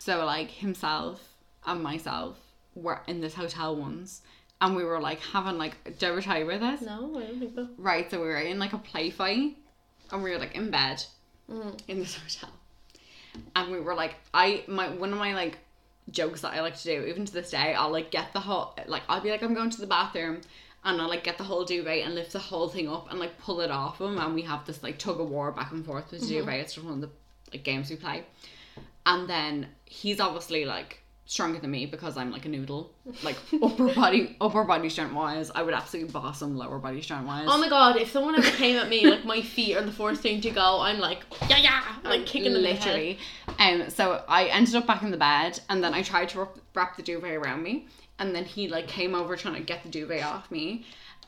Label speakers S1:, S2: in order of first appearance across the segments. S1: So like himself and myself were in this hotel once, and we were like having like do you ever tell you about this?
S2: No, I don't think so.
S1: Right, so we were in like a play fight, and we were like in bed, in this hotel, and we were like, I my one of my like jokes that I like to do, even to this day, I'll like get the whole like I'll be like I'm going to the bathroom, and I'll like get the whole duvet and lift the whole thing up and like pull it off him, and we have this like tug of war back and forth with the duvet. It's just one of the like games we play, and then he's obviously like stronger than me because I'm like a noodle, like upper body upper body strength wise, I would absolutely boss him lower body strength wise.
S2: Oh my god, if someone ever came at me, like my feet are the first thing to go, I'm like, yeah, yeah, like kicking them literally.
S1: literally. Um, so I ended up back in the bed, and then I tried to wrap, wrap the duvet around me, and then he like came over trying to get the duvet off me,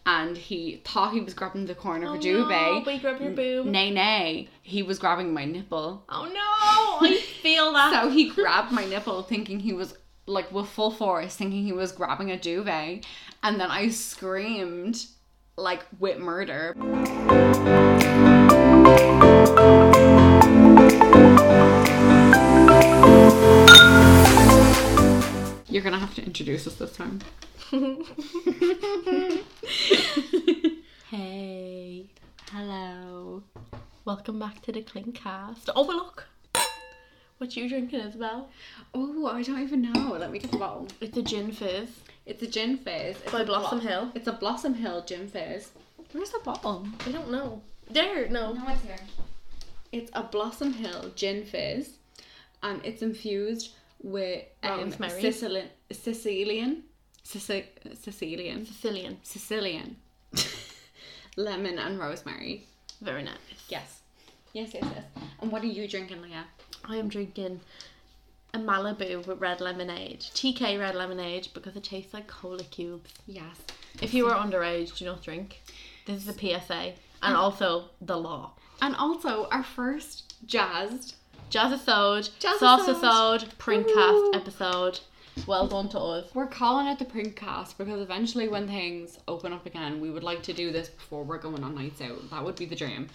S1: and he thought he was grabbing the corner of a
S2: In the head.
S1: duvet.
S2: Oh No, but you grab your boob.
S1: nay, nay, he was grabbing my nipple.
S2: oh no, I feel that.
S1: So he grabbed my nipple, thinking he was like with full force, thinking he was grabbing a duvet, and then I screamed like with murder. You're gonna have to introduce us this time.
S2: hey, hello, welcome back to the Clinkcast. Oh, well, look, what you drinking, Isabel?
S1: Oh, I don't even know. Let me get the bottle.
S2: It's a gin fizz
S1: It's a gin fizz. It's
S2: by
S1: a blo-
S2: Blossom Hill.
S1: It's a Blossom Hill gin fizz. Where's the bottle?
S2: I don't know. There, no.
S1: No, it's here. It's a Blossom Hill gin fizz, and it's infused with um,
S2: Rosemary.
S1: Sicilian, Sicilian, Sici- Sicilian,
S2: Sicilian,
S1: Sicilian, lemon and rosemary.
S2: very nice.
S1: Yes, yes, yes, yes. And what are you drinking, Leah?
S2: I am drinking a Malibu with red lemonade, TK red lemonade, because it tastes like cola cubes.
S1: Yes.
S2: If you are underage, do not drink. This is a PSA
S1: Ah.
S2: and also the law.
S1: And also our first jazzed.
S2: Jazzisode,
S1: Jazzisode.
S2: Sauceisode,
S1: Ooh.
S2: Printcast episode. Well done to us.
S1: We're calling it the Printcast because eventually, when things open up again, we would like to do this before we're going on nights out. That would be the dream.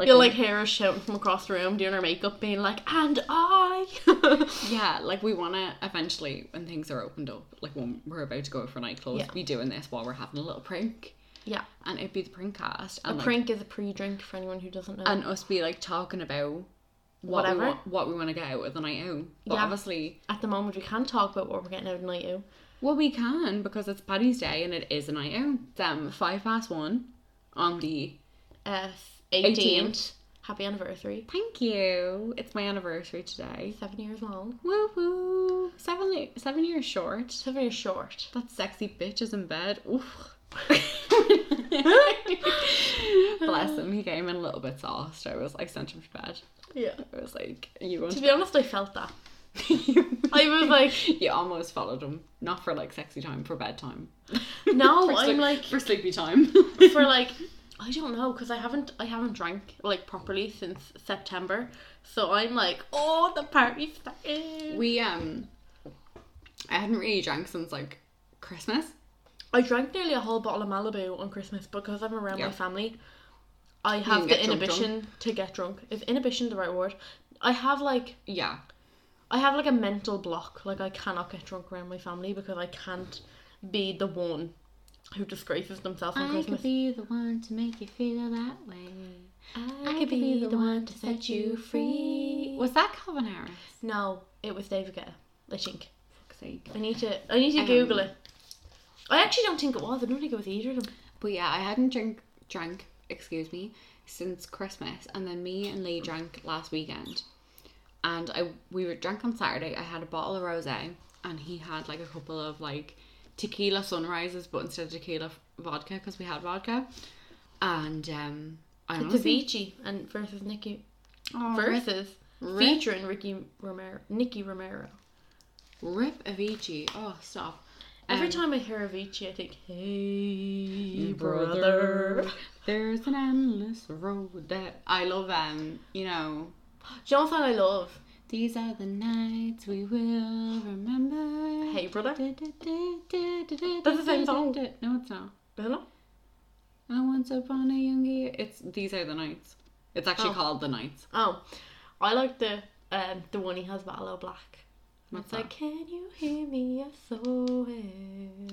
S2: You'll like hear us shouting from across the room, doing our makeup, being like, and I.
S1: Yeah, like we want to eventually, when things are opened up, like when we're about to go for night clothes,
S2: Yeah.
S1: be doing this while we're having a little prank,
S2: yeah.
S1: and it'd be the prank cast,
S2: A
S1: and like,
S2: prink is a pre drink for anyone who doesn't know.
S1: and us be like talking about what
S2: Whatever.
S1: we want, what we want to get out of the night out. But
S2: Yeah.
S1: obviously,
S2: At the moment, we can talk about what we're getting out of night out.
S1: well, we can because it's Paddy's Day and it is a night out. It's um, five past one on the.
S2: Uh, 18th.
S1: 18th.
S2: Happy anniversary.
S1: Thank you. It's my anniversary today.
S2: Seven years long.
S1: Woo woo. Seven li- seven years short.
S2: Seven years short.
S1: That sexy bitch is in bed. Oof. Bless him. He came in a little bit sauced. I was like, sent him to bed.
S2: Yeah.
S1: I was like, you want
S2: To be honest, I felt that.
S1: you,
S2: I was like,
S1: you almost followed him. Not for like sexy time, for bedtime.
S2: No,
S1: For
S2: I'm like-
S1: for sleepy time.
S2: for like I don't know because I haven't I haven't drank like properly since September, so I'm like oh the party's starting.
S1: we um, I hadn't really drank since like Christmas.
S2: I drank nearly a whole bottle of Malibu on Christmas because I'm around
S1: Yeah.
S2: my family. I
S1: can
S2: have
S1: get
S2: the
S1: drunk,
S2: inhibition to get drunk. Is inhibition the right word? I have like
S1: Yeah,
S2: I have like a mental block. Like I cannot get drunk around my family because I can't be the one who disgraces themselves on Christmas.
S1: be the one to make you feel that way.
S2: I could be the one to set you free.
S1: Was that Calvin Harris?
S2: No, it was David Guetta. I think.
S1: Fuck's sake.
S2: I need to. I need to
S1: Um,
S2: Google it. I actually don't think it was. I don't think it was either of them.
S1: But yeah, I hadn't drink drank, excuse me, since Christmas, and then me and Lee drank last weekend, and I we were drank on Saturday. I had a bottle of rosé, and he had like a couple of like tequila sunrises, but instead of tequila vodka because we had vodka, and um, I
S2: It's
S1: honestly
S2: Avicii and versus Nikki
S1: oh, rip,
S2: versus
S1: Rip.
S2: featuring Ricky Romero. Nikki Romero.
S1: rip Avicii. Oh stop.
S2: Every
S1: Um,
S2: time I hear Avicii, I think, "Hey, brother."
S1: there's an endless road that I love. Um, you know.
S2: Do you know what song I love?
S1: These are the nights we will remember.
S2: Hey, brother.
S1: That's the
S2: That's the same song.
S1: No, it's not.
S2: Hello.
S1: I once upon a young year. It's These Are the Nights. It's actually
S2: Oh.
S1: called The Nights.
S2: Oh, I like the um the one he has with Aloe Black.
S1: What's
S2: It's like, can you hear me? SOS.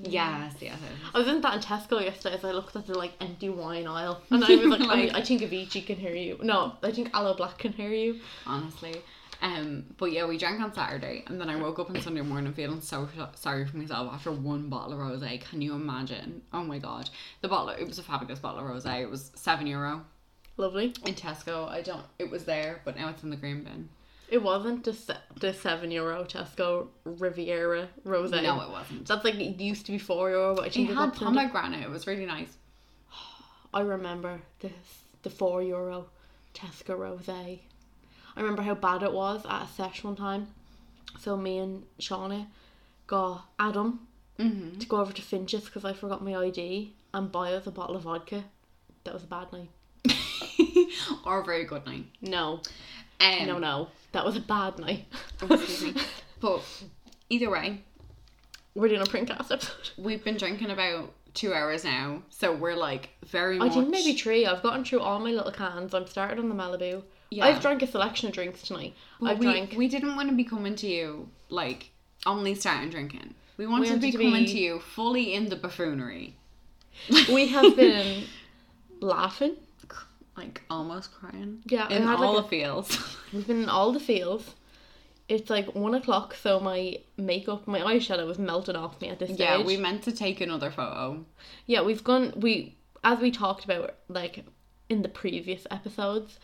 S1: Yes, yes. yes.
S2: I was in that in Tesco yesterday as I looked at the like empty wine aisle and I was like,
S1: Like-
S2: I, I think Avicii can hear you. No, I think Aloe Black can hear you.
S1: honestly. Um, but yeah, we drank on Saturday, and then I woke up on Sunday morning feeling so sh- sorry for myself after one bottle of rosé. Can you imagine? Oh my god, the bottle. It was a fabulous bottle of rosé. It was seven euro
S2: Lovely.
S1: in Tesco. I don't. It was there, but now it's in the green bin.
S2: It wasn't the, se- the seven euro Tesco Riviera Rose.
S1: No, it wasn't.
S2: That's like it used to be four euro, but I
S1: It
S2: think it,
S1: had
S2: got turned up-
S1: pomegranate. It was really nice.
S2: I remember this the four euro Tesco Rose. I remember how bad it was at a sesh one time. So me and Shauna got Adam
S1: Mm-hmm.
S2: to go over to Finch's because I forgot my ID and buy us a bottle of vodka. That was a bad night.
S1: or a very good night.
S2: No,
S1: Um,
S2: no, no. That was a bad night.
S1: excuse me. But either way,
S2: We're doing a printcast episode.
S1: we've been drinking about two hours now, so we're like very
S2: I
S1: much.
S2: think maybe three. I've gotten through all my little cans. I'm started on the Malibu.
S1: Yeah.
S2: I've drank a selection of drinks tonight.
S1: But
S2: I've
S1: we,
S2: drank.
S1: we didn't want to be coming to you like only starting drinking. We wanted, to be
S2: wanted to
S1: coming
S2: be-
S1: to you fully in the buffoonery.
S2: we have been laughing.
S1: like almost crying.
S2: Yeah, I
S1: in
S2: had, like,
S1: all
S2: a-
S1: the fields.
S2: We've been in all the fields. It's like one o'clock, so my makeup, my eyeshadow was melting off me at this stage.
S1: yeah, we meant to take another photo.
S2: yeah, we've gone. We as we talked about like in the previous episodes.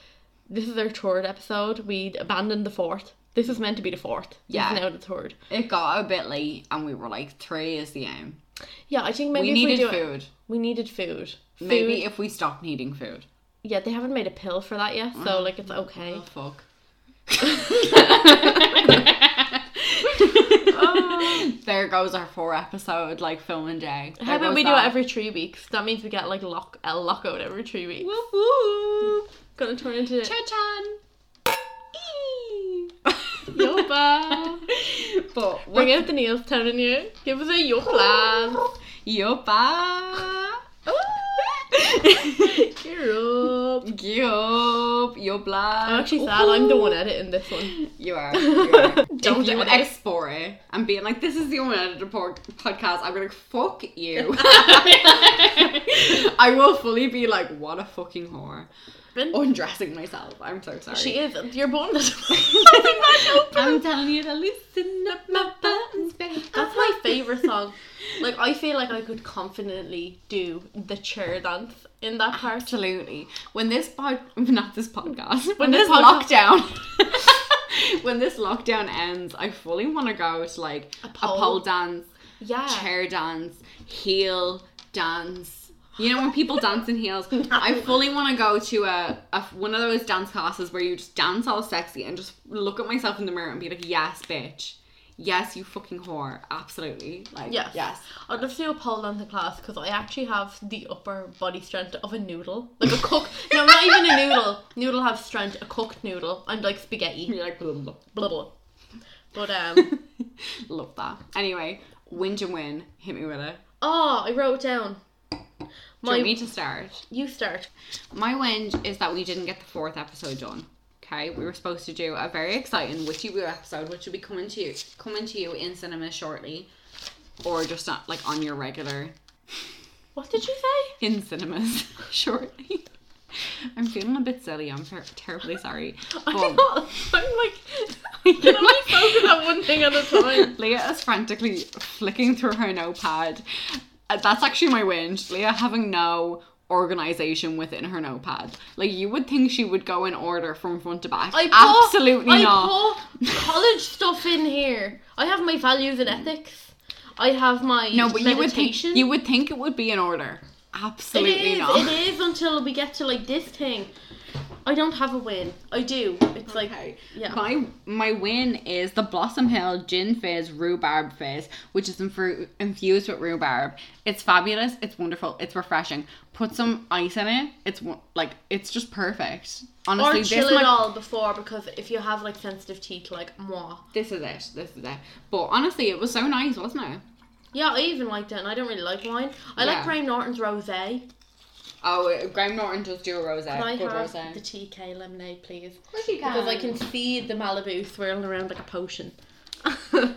S2: This is our third episode. We'd abandoned the fourth. This was meant to be the fourth. This
S1: Yeah.
S2: is now the third.
S1: It got a bit late, and we were like, three is the aim.
S2: Yeah, I
S1: We
S2: think maybe if we
S1: needed
S2: do it,
S1: food.
S2: we needed food.
S1: Maybe
S2: Food-
S1: if we stopped needing food.
S2: yeah, they haven't made a pill for that yet, so like it's okay.
S1: Oh fuck. There goes our four episode like filming day. There
S2: How about
S1: goes
S2: we do
S1: that.
S2: it every three weeks? That means we get like lock a lockout every three weeks.
S1: Woo woo.
S2: Gonna turn into
S1: Cha-chan.
S2: Yopa.
S1: but
S2: Bring
S1: what?
S2: out the nails telling you. Give us a yopla.
S1: Yopa.
S2: Cheer up.
S1: Yup. Yopla.
S2: I'm actually sad I'm the one editing this one.
S1: You are. You are.
S2: Don't
S1: if you
S2: edit.
S1: export it and being like, this is the unedited por- podcast, I'm like, fuck you. I will fully be like, what a fucking whore. Undressing myself. I'm so sorry.
S2: She is. You're born this way.
S1: I'm telling you to loosen up my buttons, baby.
S2: That's my favourite song. Like, I feel like I could confidently do the chair dance in that part.
S1: Absolutely. When this pod, not this podcast, when,
S2: this
S1: this,
S2: podcast-
S1: lockdown, when this lockdown ends, I fully want to go to like a pole,
S2: pole.
S1: dance,
S2: Yeah.
S1: chair dance, heel dance. You know when people dance in heels, I fully want to go to a, a one of those dance classes where you just dance all sexy and just look at myself in the mirror and be like, yes, bitch, yes, you fucking whore, absolutely, like
S2: Yes.
S1: yes, yes.
S2: I'd love to do a pole dancing class because I actually have the upper body strength of a noodle. Like a cook. no, not even a noodle. Noodle have strength. A cooked noodle. I'm like spaghetti.
S1: You're like, blah, blah,
S2: Blah blah. But um.
S1: love that. Anyway, win to win, hit me with it.
S2: Oh, I wrote down.
S1: Do
S2: My
S1: you want me to start?
S2: you start.
S1: My whinge is that we didn't get the fourth episode done. Okay, we were supposed to do a very exciting Witchy Woo episode, which will be coming to you, coming to you in cinema shortly, or just not like on your regular
S2: What did you say?
S1: in cinemas shortly. I'm feeling a bit silly. I'm ter- terribly sorry. But
S2: I'm not. I'm like. I can only focus on one thing at a time.
S1: Leah is frantically flicking through her notepad. Uh, That's actually my whinge. Leah having no organization within her notepad. Like you would think she would go in order from front to back.
S2: I put,
S1: Absolutely
S2: I
S1: not.
S2: put college stuff in here. I have my values and ethics. I have my
S1: Mm. No, but you would think
S2: meditation.
S1: you would think it would be in order.
S2: It
S1: Absolutely
S2: is.
S1: not.
S2: It is until we get to like this thing. I don't have a win. I do. It's like yeah.
S1: My my win is the Blossom Hill Gin Fizz Rhubarb Fizz, which is infru- infused with rhubarb. It's fabulous. It's wonderful. It's refreshing. Put some ice in it. It's wo- like it's just perfect.
S2: or
S1: Honestly,
S2: chill
S1: this
S2: it
S1: might
S2: all before because if you have like sensitive teeth, like moi.
S1: this is it. This is it. But honestly, it was so nice, wasn't it?
S2: Yeah, I even liked it, and I don't really like wine. I like
S1: Yeah.
S2: Graham Norton's rosé.
S1: Oh, uh, Graham Norton does do a rosé.
S2: Can I
S1: Good
S2: have
S1: rosé.
S2: the TK lemonade, please?
S1: Of course you
S2: Because I can see the Malibu swirling around like a potion.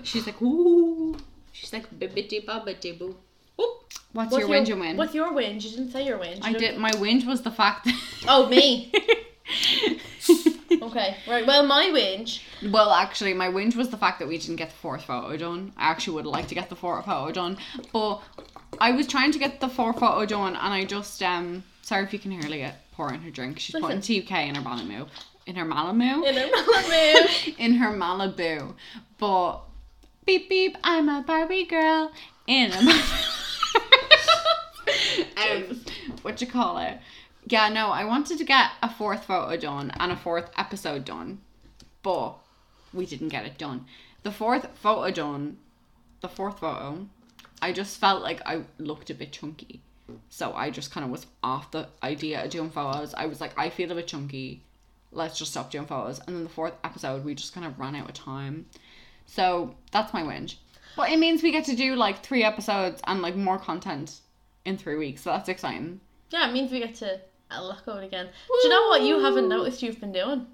S1: She's like, ooh. She's like, bibbity bobbity boo. Oop. What's, your whinge and win?
S2: What's your whinge? You didn't say your whinge.
S1: I
S2: You
S1: did. My whinge was the fact that.
S2: Oh, me. Okay, right. Well, my whinge.
S1: well, actually, my whinge was the fact that we didn't get the fourth photo done. I actually would like to get the fourth photo done, but I was trying to get the fourth photo done, and I just um. Sorry if you can hear Leah pouring her drink. She's putting TUK in her Malibu. In her Malibu.
S2: In a Malibu.
S1: in her Malibu. But beep beep, I'm a Barbie girl in a Malibu. um, what you call it? Yeah, no, I wanted to get a fourth photo done and a fourth episode done, but we didn't get it done. The fourth photo done, the fourth photo, I just felt like I looked a bit chunky. So I just kind of was off the idea of doing photos. I was like, I feel a bit chunky let's just stop doing photos. And then the fourth episode, we just kind of ran out of time. So that's my whinge. But it means we get to do like three episodes and like more content in three weeks. So that's exciting.
S2: Yeah, it means we get to lock out again. Do you know what you haven't noticed you've been doing?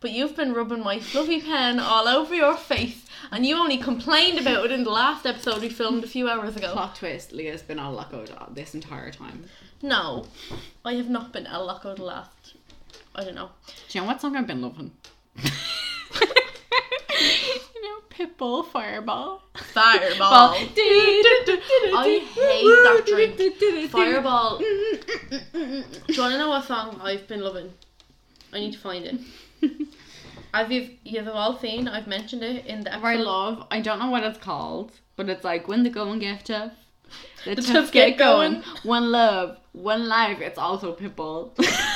S2: But you've been rubbing my fluffy pen all over your face, and you only complained about it in the last episode we filmed a few hours ago.
S1: Plot twist Leah's been on lockout this entire time.
S2: No, I have not been a lock out the last. I don't know.
S1: Do you know what song I've been loving? you know, Pitbull Fireball.
S2: Fireball.
S1: I
S2: hate that drink. Fireball. Do you want to know what song I've been loving? I need to find it. As you've you've all seen, I've mentioned it in the
S1: I
S2: episode.
S1: love, I don't know what it's called, but it's like when the going get tough, the,
S2: The
S1: tough, get, going. one love, one life. It's also Pitbull.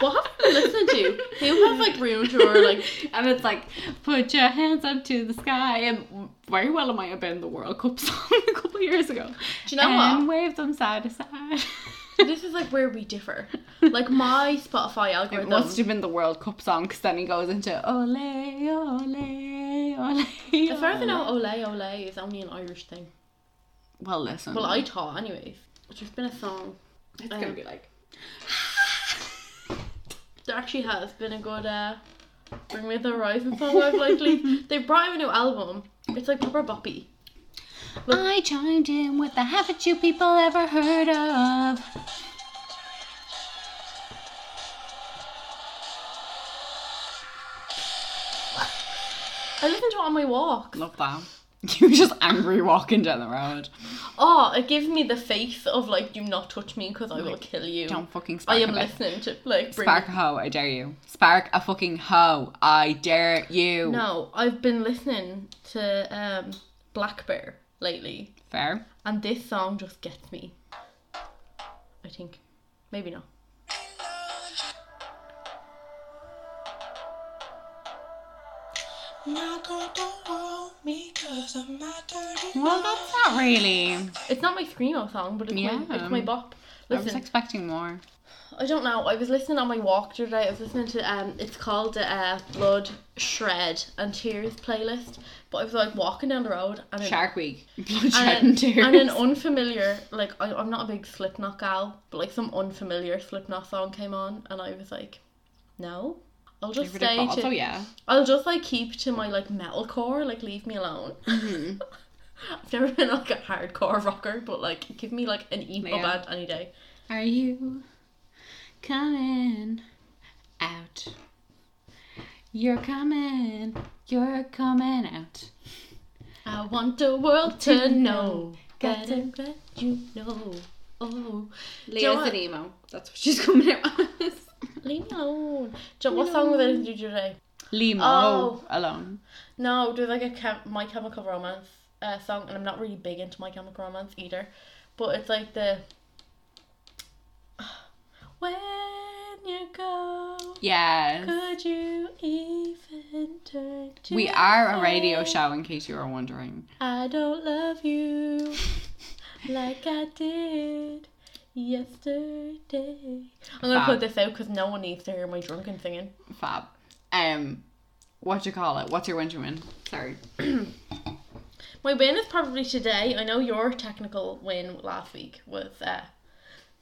S2: What have you listened to? Who have like ruined your like?
S1: and it's like, put your hands up to the sky. And very well am I about the World Cup song a couple of years ago.
S2: Do you know
S1: and
S2: what?
S1: wave them side to side.
S2: This is like where we differ. Like my Spotify
S1: It
S2: algorithm.
S1: must have been the World Cup song because then he goes into ole ole ole.
S2: As far as I
S1: ole.
S2: know, Ole Ole is only an Irish thing.
S1: well listen,
S2: Well, I taught anyways. There's been a song.
S1: it's gonna
S2: um,
S1: be like
S2: There actually has been a good uh, Bring Me the Horizon song I've likely. They brought out a new album. It's like proper boppy.
S1: I chimed in with the haven't you people ever heard of?
S2: I listen to it on my walk.
S1: Love that. You were just angry walking down the road.
S2: Oh, it gives me the faith of like, do not touch me because I will kill you.
S1: Don't fucking spark
S2: I am
S1: a bit.
S2: listening to like Bring
S1: Spark a hoe, I dare you. Spark a fucking hoe, I dare you.
S2: No, I've been listening to um, Black Bear lately,
S1: Fair.
S2: and this song just gets me. I think, maybe not.
S3: Not gonna hold me 'cause I'm not dirty.
S1: Well, that's not really.
S2: It's not my screamo song, but it's my
S1: Yeah.
S2: it's my bop.
S1: I was
S2: Listen,
S1: expecting more.
S2: I don't know. I was listening on my walk the other day. I was listening to um, it's called the uh, Blood Shred and Tears playlist. But I was like walking down the road and it-
S1: Shark Week. Blood, sweat,
S2: and,
S1: and
S2: an,
S1: tears.
S2: and an unfamiliar like I, I'm not a big Slipknot gal, but like some unfamiliar Slipknot song came on, and I was like, no, I'll just
S1: Give it a
S2: stay
S1: thought.
S2: to
S1: So, Oh, yeah.
S2: I'll just like keep to my like metalcore, like leave me alone.
S1: Mm-hmm.
S2: I've never been like a hardcore rocker, but like give me like an emo
S1: Yeah.
S2: band any day.
S1: Are you coming out? You're coming. You're coming out.
S2: I want the world to know
S1: Got
S2: that
S1: to
S2: I'm glad you know. Oh, you know
S1: Leah's
S2: what?
S1: an emo. That's what she's coming out as.
S2: leave me alone. Do you know what song was I listening to today?
S1: Limo
S2: Oh.
S1: alone.
S2: No, there's like a chem- My Chemical Romance uh, song, and I'm not really big into My Chemical Romance either, but it's like the when you go,
S1: Yes.
S2: could you even turn? To
S1: We are a
S2: me?
S1: radio show, in case you were wondering.
S2: I don't love you like I did yesterday. I'm gonna
S1: Fab.
S2: put this out because no one needs to hear my drunken singing.
S1: Fab. Um, what you call it? What's your winter win? Sorry.
S2: My win is probably today. I know your technical win last week was uh,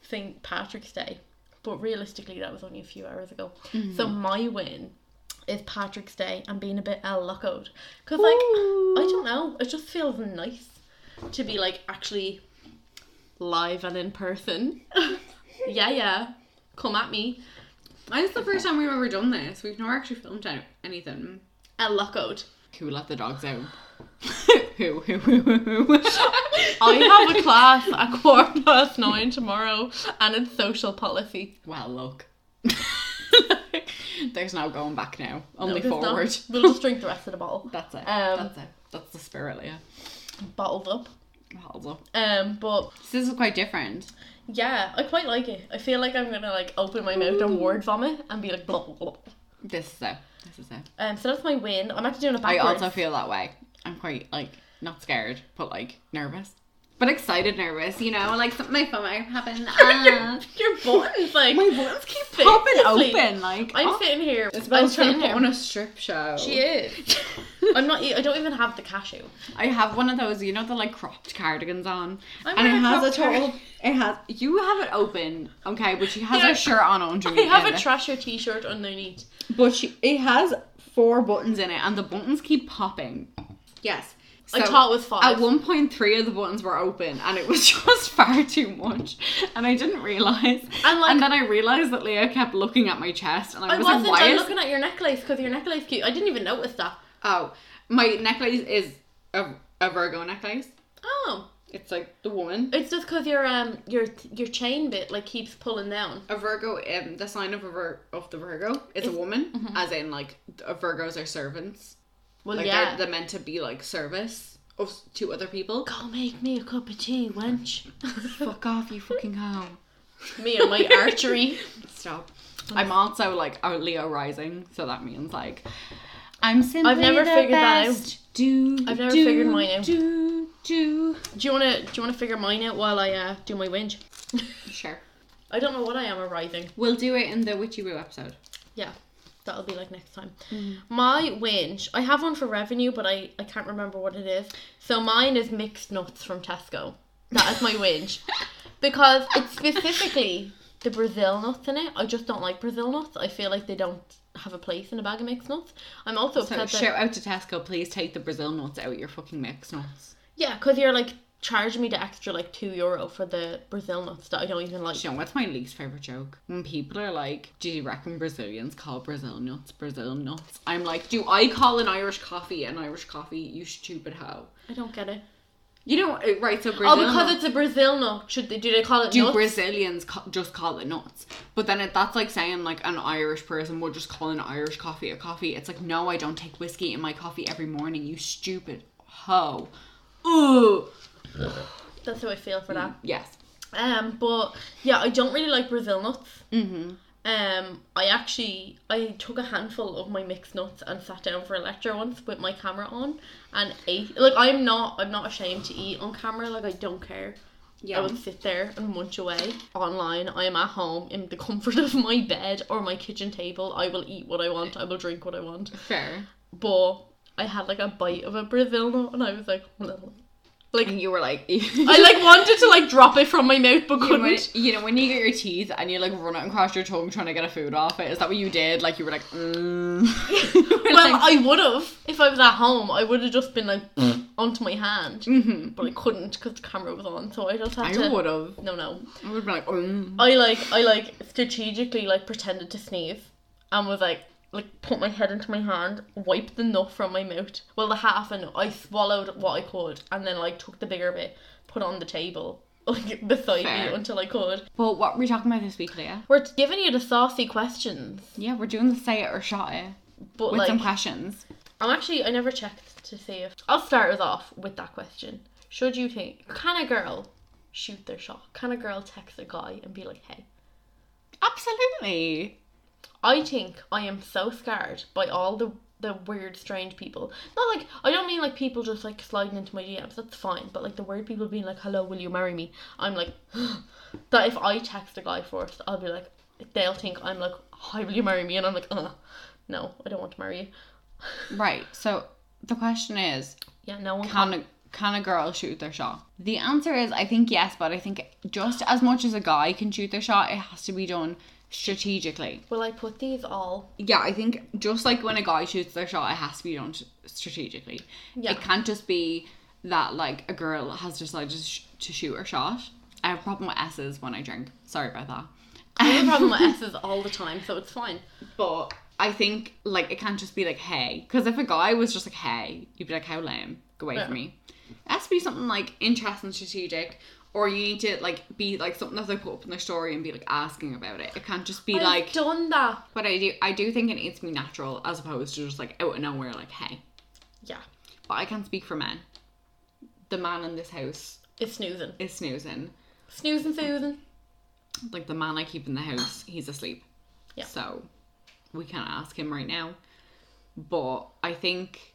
S1: Mm-hmm.
S2: St. Patrick's Day, but realistically, that was only a few hours ago. So my win is Patrick's Day and being a bit El Locoed. Because, like, I don't know, it just feels nice to be, like, actually live and in person. yeah, yeah. Come at me.
S1: Why is the first time we've ever done this? We've never actually filmed any- anything.
S2: El Locoed.
S1: Who let the dogs out? who, who, who, who, who?
S2: I have a class at quarter past nine tomorrow and it's social policy.
S1: Well, look. There's no going back now. Only
S2: There's not-
S1: forward.
S2: we'll just drink the rest of the bottle.
S1: That's it.
S2: Um,
S1: That's it. That's the spirit, Leah.
S2: Bottled up.
S1: Bottles up.
S2: Um, but
S1: So this is quite different.
S2: yeah, I quite like it. I feel like I'm gonna like open my mouth and word vomit and be like blah blah blah.
S1: This is it. This is it.
S2: Um, so that's my win. I'm actually doing it
S1: I
S2: backwards.
S1: also feel that way. I'm quite like not scared, but like nervous, but excited, nervous. You know, like something might might happen. Ah.
S2: your buttons like
S1: My buttons keep
S2: Seriously.
S1: popping open. Like
S2: I'm
S1: oh.
S2: sitting here.
S1: It's
S2: I'm
S1: about trying
S2: sitting
S1: to put
S2: here.
S1: on a strip show.
S2: She is. I'm not. e- I don't even have the cashew.
S1: I have one of those, you know, the like cropped cardigans on,
S2: I'm
S1: and it
S2: wearing a
S1: has a
S2: cropped
S1: total.
S2: cardigan.
S1: It has. You have it open, okay, but she has
S2: Yeah.
S1: her shirt on
S2: I
S1: underneath.
S2: have
S1: it.
S2: a trasher T-shirt underneath.
S1: But she, it has four buttons in it, and the buttons keep popping. Yes.
S2: I thought it was five.
S1: At one point, three of the buttons were open, and it was just far too much, and I didn't realize.
S2: And, like-
S1: then I realized that Leah kept looking at my chest, and I
S2: I
S1: was
S2: wasn't.
S1: like, "Why
S2: I'm
S1: is?"
S2: looking at your necklace because your necklace cute. I didn't even notice that.
S1: Oh, my necklace is a, a Virgo necklace.
S2: Oh,
S1: It's like the woman.
S2: it's just because your um your your chain bit like keeps pulling down.
S1: A Virgo, um, the sign of a Vir- of the Virgo is a woman, as in like a Virgos are servants.
S2: Mm-hmm. Well,
S1: Like
S2: yeah.
S1: they're, they're meant to be like service of to other people.
S2: Go make me a cup of tea, wench.
S1: Fuck off, you fucking hoe.
S2: me and my archery.
S1: Stop. I'm also like a Leo rising, so that means like I'm simply.
S2: I've never
S1: the
S2: figured that out.
S1: best. Do
S2: I've never
S1: do,
S2: figured mine out.
S1: Do do.
S2: Do you wanna do you wanna figure mine out while I uh, do my whinge?
S1: Sure,
S2: I don't know what I am arriving.
S1: we'll do it in the Witchy Woo episode.
S2: Yeah, that'll be like next time. My whinge. I have one for revenue, but I I can't remember what it is. So mine is mixed nuts from Tesco. That is my whinge because it's specifically the Brazil nuts in it. I just don't like Brazil nuts. I feel like they don't have a place in a bag of mixed nuts. I'm also
S1: So
S2: upset that
S1: shout out to Tesco, please take the Brazil nuts out your fucking mix nuts.
S2: Yeah, because you're like charging me the extra like two euro for the Brazil nuts that I don't even like.
S1: Do you know what's my least favorite joke? When people are like, "Do you reckon Brazilians call Brazil nuts Brazil nuts?" I'm like, "Do I call an Irish coffee an Irish coffee? You stupid hoe."
S2: I don't get it.
S1: You know, uh, right? So Brazil
S2: Oh, because
S1: nuts-
S2: it's a Brazil nut. Should they do they call it
S1: do
S2: nuts?
S1: Brazilians ca- just call it nuts? But then it, that's like saying like an Irish person would just call an Irish coffee a coffee. It's like no, I don't take whiskey in my coffee every morning. You stupid hoe. Ooh.
S2: That's how I feel for that.
S1: Yes.
S2: Um, but yeah, I don't really like Brazil nuts.
S1: Mm-hmm.
S2: Um, I actually I took a handful of my mixed nuts and sat down for a lecture once with my camera on and ate. Like I'm not I'm not ashamed to eat on camera. Like I don't care.
S1: Yeah.
S2: I would sit there and munch away online. I am at home in the comfort of my bed or my kitchen table. I will eat what I want. I will drink what I want.
S1: Fair.
S2: But I had like a bite of a Brazil nut and I was like, like
S1: And you were like,
S2: I like wanted to like drop it from my mouth but couldn't.
S1: When, you know, when you get your teeth and you like run it across your tongue trying to get a food off it, is that what you did? Like you were like, mm.
S2: Well, I would have if I was at home. I would have just been like onto my hand, but I couldn't because the camera was on. So I just had to.
S1: Mm-hmm. would have.
S2: No, no.
S1: I would have been like, mm.
S2: I like I like strategically like pretended to sneeze, and was like like put my head into my hand, wiped the nut from my mouth. Well, the half a nut. I swallowed what I could, and then like took the bigger bit, put on the table like beside
S1: Fair.
S2: me until I could.
S1: But what were we talking about this week, Leah?
S2: We're giving you the saucy questions,
S1: Yeah, we're doing the say it or shot it
S2: but
S1: with
S2: like
S1: some questions.
S2: I'm actually I never checked to see if I'll start us off with that question. Should you think can a girl shoot their shot? Can a girl text a guy and be like, hey?
S1: Absolutely.
S2: I think I am so scared by all the the weird, strange people. Not like I don't mean like people just like sliding into my DMs. That's fine. But like the weird people being like, "Hello, will you marry me?" I'm like, that if I text a guy first, I'll be like, they'll think I'm like, "Hi, will you marry me?" And I'm like, uh, no, I don't want to marry you.
S1: Right. So the question is,
S2: Yeah, no one
S1: can a, can a girl shoot their shot? The answer is, I think yes, but I think just as much as a guy can shoot their shot, it has to be done strategically.
S2: Will I put these all?
S1: Yeah, I think just like when a guy shoots their shot, it has to be done t- strategically.
S2: Yeah.
S1: It can't just be that like a girl has decided to, sh- to shoot her shot. I have a problem with S's when I drink. Sorry about that.
S2: I have a problem with S's all the time, so it's fine.
S1: But I think like it can't just be like hey, because if a guy was just like hey, you'd be like how lame, go away
S2: Yeah.
S1: from me. It has to be something like interesting, strategic, or you need to like be like something that they put up in their story and be like asking about it. It can't just be
S2: I've
S1: like.
S2: done that.
S1: But I do, I do think it needs to be natural as opposed to just like out of nowhere, like hey.
S2: Yeah,
S1: But I can speak for men. The man in this house
S2: it's snoozing,
S1: is snoozing.
S2: snoozing, snoozing.
S1: Like the man I keep in the house, he's asleep.
S2: Yeah.
S1: So we can't ask him right now. But I think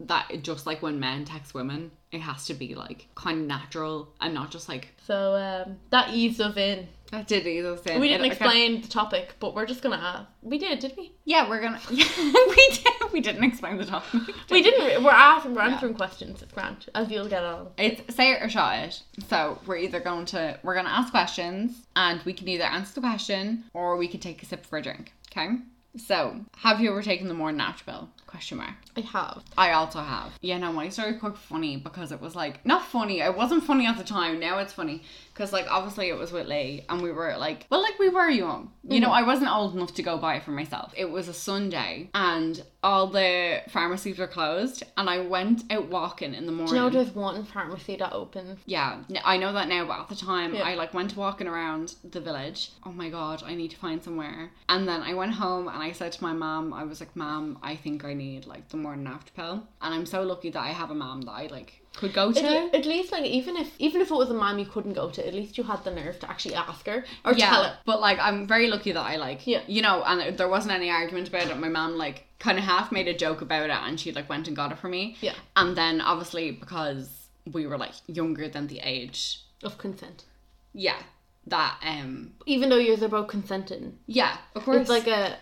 S1: that just like when men text women, it has to be like kind of natural and not just like
S2: So um, that eased us in.
S1: that did either thing.
S2: We didn't
S1: It- okay.
S2: explain the topic, but we're just gonna ask. We did, did we?
S1: Yeah, we're gonna. Yeah, we did. We didn't explain the topic.
S2: We didn't. We're asking, we're answering questions. It's grand, as you'll get on.
S1: It's say it or shot it. So we're either going to we're gonna ask questions and we can either answer the question or we can take a sip for a drink. Okay? So have you ever taken the morning after pill? Question mark.
S2: I have.
S1: I also have. Yeah, no, my story quite funny because it was like not funny. It wasn't funny at the time. Now it's funny because like obviously it was with Lee and we were like, well, like we were young. You know, I wasn't old enough to go buy it for myself. It was a Sunday and all the pharmacies were closed and I went out walking in the morning.
S2: Do you know there's one pharmacy that opens?
S1: Yeah, n- I know that now, but at the time
S2: Yeah.
S1: I like went walking around the village. Oh my god, I need to find somewhere. And then I went home and I said to my mom, I was like, "Mom, I think I need like the morning after pill." And I'm so lucky that I have a mom that I like could go
S2: At,
S1: to.
S2: at least, like, even if even if it was a mom you couldn't go to, at least you had the nerve to actually ask her or tell her.
S1: but like I'm very lucky that I like,
S2: Yeah.
S1: you know, and it- there wasn't any argument about it. My mom like kind of half made a joke about it, and she like went and got it for me.
S2: Yeah.
S1: and then obviously because we were like younger than the age,
S2: of consent.
S1: yeah, that um
S2: Even though yours are both consenting,
S1: Yeah, of course.
S2: it's like a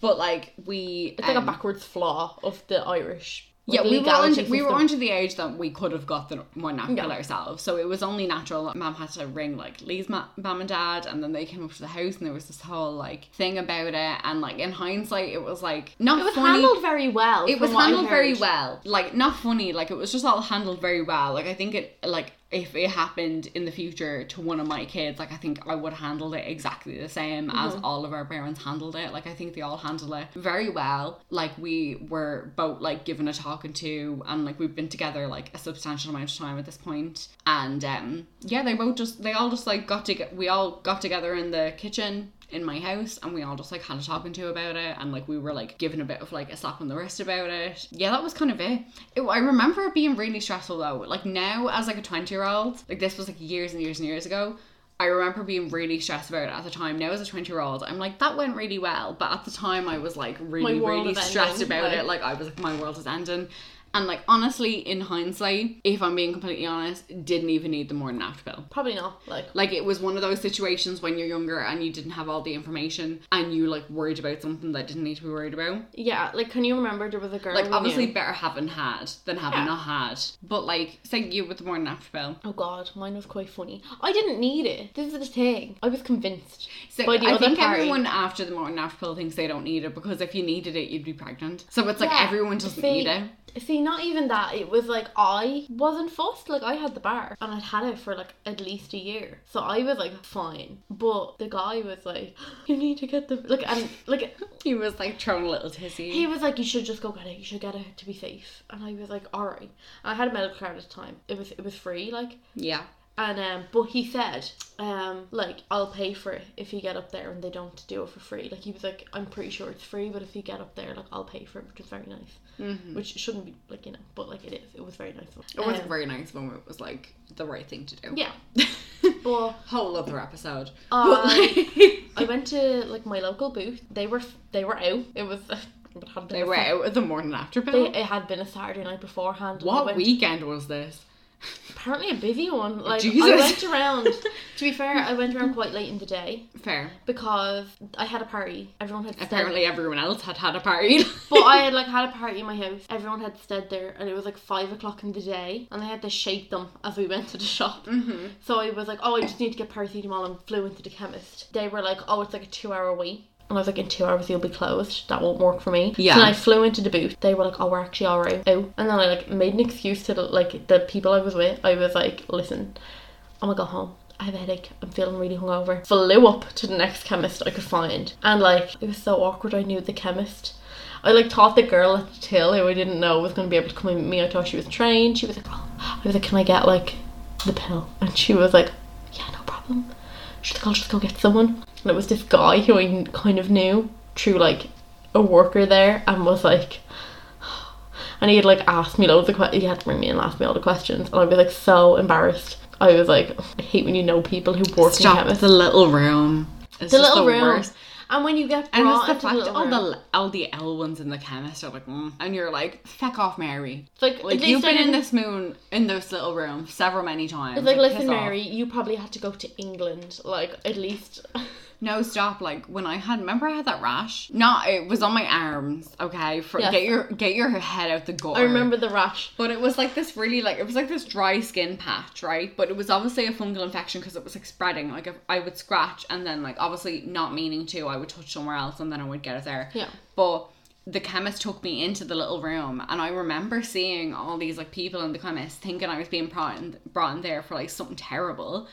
S1: but like we,
S2: it's like
S1: um,
S2: a backwards flaw of the Irish. like,
S1: Yeah, we were
S2: legality
S1: under, we were
S2: system.
S1: under the age that we could have got the one apple
S2: Yeah.
S1: ourselves, so it was only natural. that Mum had to ring like Lee's ma- mum and dad, and then they came up to the house, and there was this whole like thing about it, and like in hindsight, it was like not
S2: It was
S1: funny.
S2: handled very well.
S1: it was
S2: from what I
S1: handled very
S2: heard.
S1: well, like not funny. Like it was just all handled very well. Like I think it, like if it happened in the future to one of my kids, like I think I would handle it exactly the same as
S2: Mm-hmm.
S1: all of our parents handled it. Like I think they all handled it very well. Like we were both like given a talking to, and like we've been together like a substantial amount of time at this point. And um, yeah, they both just they all just like got to get we all got together in the kitchen in my house and we all just like had a talking to about it and like we were like given a bit of like a slap on the wrist about it yeah that was kind of it, it i remember it being really stressful though like now as like a 20 year old like this was like years and years and years ago i remember being really stressed about it at the time now as a 20 year old i'm like that went really well but at the time i was like really
S2: world
S1: really
S2: is ending,
S1: stressed about
S2: like-
S1: it like i was like my world is ending and like honestly in hindsight if i'm being completely honest didn't even need the morning after pill
S2: Probably not. Like
S1: like it was one of those situations when you're younger and you didn't have all the information and you like worried about something that didn't need to be worried about.
S2: yeah, like can you remember there was a girl?
S1: Like
S2: we
S1: obviously
S2: knew-
S1: better having had than having
S2: Yeah.
S1: not had. But like say you with the morning after pill.
S2: Oh god, mine was quite funny. I didn't need it. This is the thing. I was convinced.
S1: So
S2: By the
S1: I
S2: other
S1: think
S2: party.
S1: everyone after the morning after pill thinks they don't need it because if you needed it you'd be pregnant. So it's like
S2: Yeah,
S1: everyone doesn't
S2: see,
S1: need it.
S2: See, not even that. It was like I wasn't fussed. Like I had the bar and I'd had it for like at least a year, so I was like fine. But the guy was like, "You need to get the like," and like
S1: He was like throwing a little tizzy.
S2: he was like, "You should just go get it. You should get it to be safe." And I was like, "All right." And I had a medical card at the time. It was it was free. Like
S1: yeah.
S2: And um, but he said, um, like I'll pay for it if you get up there and they don't do it for free. Like he was like, I'm pretty sure it's free, but if you get up there, like I'll pay for it, which is very nice. Mm-hmm. Which shouldn't be like you know, but like it is. It was very nice.
S1: It was
S2: Um,
S1: very nice when it was like the right thing to do. Uh,
S2: Yeah,
S1: Yeah.
S2: but
S1: Whole other episode.
S2: I-
S1: but like
S2: I went to like my local booth. They were they were out. It was. It had been
S1: they
S2: a
S1: were
S2: Sat-
S1: out with the morning after pill.
S2: They, it had been a Saturday night beforehand. and I
S1: What
S2: went-
S1: weekend was this?
S2: Apparently a busy one. Like I
S1: Jesus.
S2: went around. to be fair, I went around quite late in the day
S1: Fair.
S2: because I had a party. Everyone had stayed.
S1: Apparently, everyone else had had a party.
S2: But I had like had a party in my house. Everyone had stayed there, and it was like five o'clock in the day, and I had to shake them as we went to the shop.
S1: mm-hmm.
S2: So I was like, oh, I just need to get paracetamol, and flew into the chemist. They were like, oh, it's like a two-hour wait. And I was like, in two hours you'll be closed. That won't work for me.
S1: Yeah.
S2: So then I flew into the booth. They were like, oh, we're actually all right. Oh. And then I like made an excuse to the, like the people I was with. I was like, listen, I'm gonna go home. I have a headache. I'm feeling really hungover. Flew up to the next chemist I could find, and like it was so awkward. I knew the chemist. I like taught the girl at the till who I didn't know was gonna be able to come in with me. I thought she was trained. She was like, oh. I was like, can I get like the pill? And she was like, yeah, no problem. She's like, I'll just go get someone. And it was this guy who I kn- kind of knew through like a worker there, and was like, and he had like asked me loads of questions. He had to bring me in and ask me all the questions, and I'd be like so embarrassed. I was like, I hate when you know people who work in
S1: Stop
S2: chemists.
S1: the little room. It's
S2: The
S1: just
S2: little
S1: the
S2: room,
S1: worst.
S2: and when you get
S1: And
S2: brought
S1: it's the
S2: into
S1: fact
S2: little
S1: all
S2: room-
S1: the all the L ones in the chemist are like, mm. and you're like, feck off, Mary.
S2: It's like,
S1: Like
S2: they
S1: you've
S2: said
S1: been in this moon in this little room several many times.
S2: It's like,
S1: piss
S2: listen,
S1: off."
S2: Mary, you probably had to go to England, like at least.
S1: No, stop. Like when I had, remember I had that rash? No, it was on my arms. Okay, for
S2: Yes.
S1: get your get your head out the gutter.
S2: I remember the rash.
S1: But it was like this really like it was like this dry skin patch, right? But it was obviously a fungal infection because it was like spreading. Like if I would scratch and then like obviously not meaning to, I would touch somewhere else and then I would get it there.
S2: Yeah.
S1: But the chemist took me into the little room and I remember seeing all these like people in the chemist thinking I was being brought in, brought in there for like something terrible.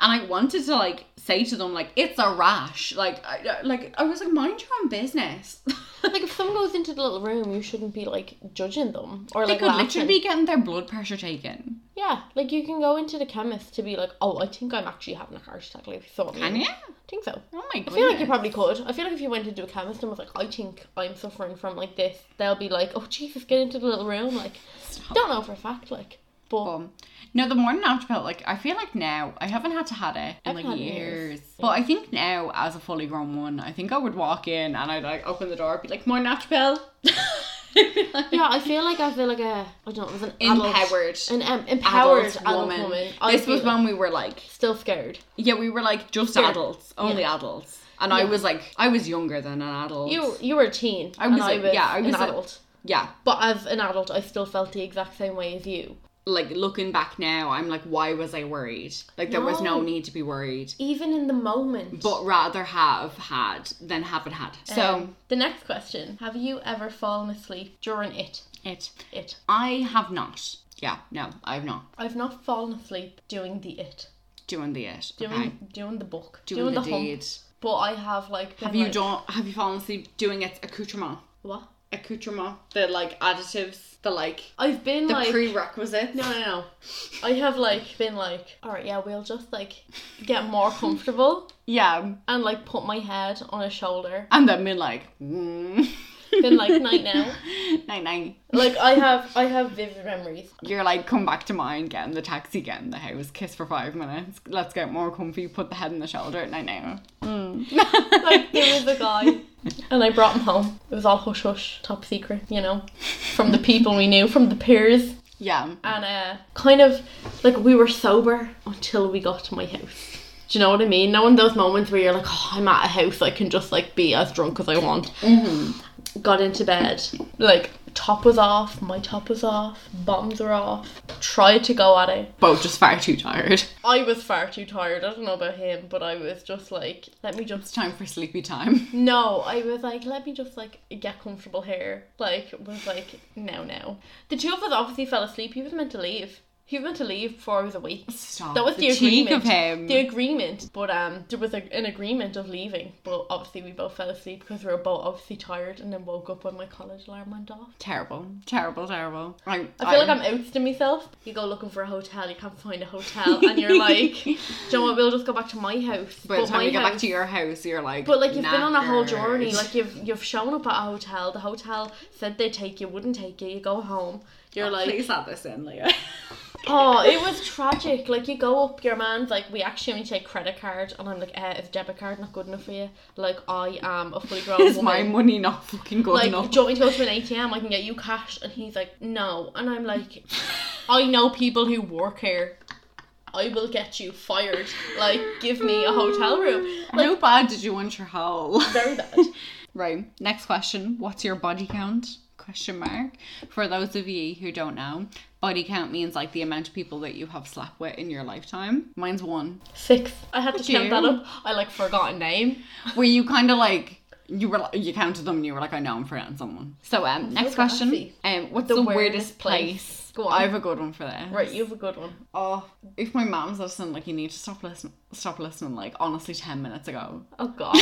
S1: And I wanted to like say to them like it's a rash. Like I, I- like I was like mind your own business.
S2: Like if someone goes into the little room, you shouldn't be like judging them or
S1: they
S2: like
S1: could
S2: laughing.
S1: literally be getting their blood pressure taken.
S2: Yeah, like you can go into the chemist to be like, oh, I think I'm actually having a heart attack. Like, if you thought me.
S1: Can you?
S2: I think so.
S1: Oh my god.
S2: I feel like you probably could. I feel like if you went into a chemist and was like, I think I'm suffering from like this, they'll be like, oh Jesus, get into the little room. Like, don't know for a fact. Like, but
S1: Um, no, the morning after pill, like I feel like now I haven't had to had it in like
S2: I've had
S1: years.
S2: it in
S1: But I think now, as a fully grown one, I think I would walk in and I'd like open the door, be like, "Morning after pill."
S2: yeah, I feel like I feel like a I don't know, it was an adult-
S1: Empowered.
S2: an um, empowered
S1: Adult
S2: adult, woman. I'd
S1: This
S2: be,
S1: was
S2: like,
S1: when we were like,
S2: still scared.
S1: yeah, we were like just
S2: Yeah.
S1: adults, only adults, and I
S2: Yeah.
S1: was like, I was younger than an adult.
S2: You you were a teen.
S1: I was
S2: and I
S1: a-
S2: was
S1: yeah, I was
S2: an
S1: a-
S2: adult.
S1: yeah.
S2: But as an adult, I still felt the exact same way as you.
S1: Like looking back now, I'm like, why was I worried? Like there was no
S2: No.
S1: need to be worried,
S2: Even in the moment.
S1: but rather have had than haven't had. So
S2: Um, the next question: Have you ever fallen asleep during it?
S1: it,
S2: It.
S1: I have not. Yeah, no, I have not.
S2: I've not fallen asleep doing the it,
S1: doing the it.
S2: doing
S1: okay.
S2: doing the book,
S1: doing, the,
S2: hump.
S1: deed.
S2: But I have like. been
S1: Have you
S2: like,
S1: done? Have you fallen asleep doing its accoutrement?
S2: what?
S1: Accoutrement. The like additives. The like.
S2: I've been
S1: The
S2: like.
S1: prerequisites.
S2: no, no, no. I have like been like, all right, yeah, we'll just like get more comfortable
S1: Yeah,
S2: and like put my head on a shoulder.
S1: and then been like. Mm.
S2: Been like, "Night now."
S1: Night night.
S2: Like I have, I have vivid memories.
S1: You're like, come back to mine, get in the taxi, get in the house, kiss for five minutes. Let's get more comfy, put the head in the shoulder. Night night.
S2: Hmm. like there was a guy and I brought him home. It was all hush hush, top secret, you know, from the people we knew, from the peers.
S1: Yeah.
S2: And uh kind of like we were sober until we got to my house. Do you know what I mean? Now in those moments where you're like, oh, I'm at a house, I can just like be as drunk as I want. Got into bed, like top was off, my top was off, bottoms were off. Tried to go at it.
S1: Both just far too tired.
S2: I was far too tired. I don't know about him, but I was just like, let me just
S1: It's time for sleepy time.
S2: No, I was like, let me just like get comfortable here. Like, was like, no, no. The two of us obviously fell asleep. He was meant to leave. He was meant to leave before I was awake.
S1: Stop.
S2: That was the,
S1: cheek
S2: agreement.
S1: of him.
S2: The agreement, but um, there was a, an agreement of leaving. But obviously, we both fell asleep because we were both obviously tired, and then woke up when my college alarm went off.
S1: terrible, terrible, terrible. I,
S2: I feel like I'm ousting myself. You go looking for a hotel, you can't find a hotel, and you're like, do you know what? We'll just go back to my house.
S1: By the
S2: But
S1: time
S2: my
S1: you get back
S2: house-
S1: to your house, you're like.
S2: But like you've been on a whole
S1: knackered.
S2: journey, like you've you've shown up at a hotel. The hotel said they take you, wouldn't take you. You go home. You're like,
S1: Oh, please add this in, Leah.
S2: oh, it was tragic. Like you go up, your man's like, we actually only take credit card, and I'm like, eh, is debit card not good enough for you? Like I am a fully grown
S1: Is
S2: woman.
S1: my money not fucking good
S2: like,
S1: enough?
S2: do you want me to go to an ATM? I can get you cash. And he's like, no. And I'm like, I know people who work here. I will get you fired. Like, give me a hotel room. Like,
S1: How bad did you want your hole?
S2: very bad.
S1: Right. Next question. What's your body count? Question mark. For those of you who don't know, body count means like the amount of people that you have slept with in your lifetime. Mine's one.
S2: Six. I had to
S1: Would
S2: count
S1: you?
S2: that up. I like forgot a name.
S1: Were you kind of like you were you counted them and you were like I know I'm forgetting someone. So um next question.
S2: classy.
S1: Um what's
S2: The
S1: the,
S2: weirdest
S1: weirdest,
S2: place.
S1: place?
S2: Go on.
S1: I have a good one for this.
S2: Right, you have a good one.
S1: Oh, if my mom's listening, like you need to stop listening. Stop listening. Like honestly, ten minutes ago.
S2: Oh god.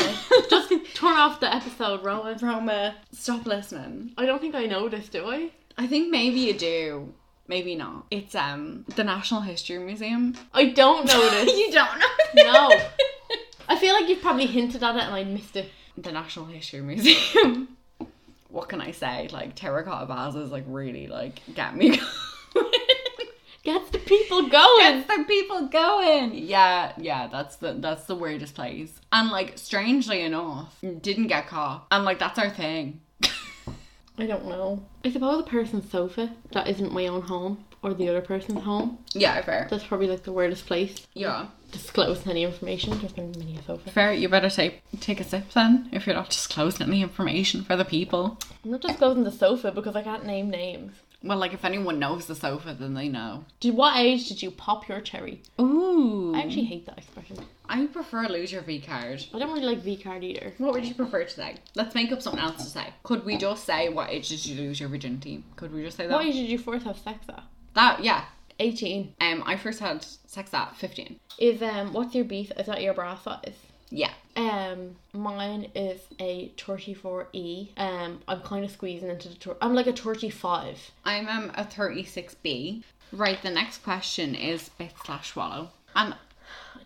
S2: Just turn off the episode, Rowan.
S1: Roma, stop listening.
S2: I don't think I know this, do I?
S1: I think maybe you do. Maybe not. It's um the National History Museum.
S2: I don't know this.
S1: you don't know.
S2: no. I feel like you've probably hinted at it and I missed it.
S1: The National History Museum. what can I say? Like terracotta vases, like really, like get me. going.
S2: Gets the people going.
S1: Gets the people going. Yeah, yeah. That's the that's the weirdest place. And like strangely enough, didn't get caught. And like that's our thing.
S2: I don't know. I suppose a person's sofa that isn't my own home or the other person's home.
S1: Yeah, fair.
S2: That's probably like the weirdest place.
S1: Yeah,
S2: Disclose any information. There's been many a sofa.
S1: fair. You better take take a sip then, if you're not disclosing any information for the people.
S2: I'm not disclosing the sofa because I can't name names.
S1: Well, like if anyone knows the sofa, then they know.
S2: Did what age did you pop your cherry?
S1: Ooh.
S2: I actually hate that expression.
S1: I prefer lose your V card.
S2: I don't really like V card either.
S1: What would you prefer to say? Let's make up something else to say. Could we just say what age did you lose your virginity? Could we just say that?
S2: What age did you first have sex at?
S1: That yeah.
S2: 18.
S1: Um, I first had sex at fifteen.
S2: Is um what's your beef? Is that your bra size?
S1: Yeah.
S2: Um mine is a 34E. Um I'm kind of squeezing into the tor- I'm like a 35.
S1: I'm um, a thirty-six B. Right. The next question is bit slash swallow, and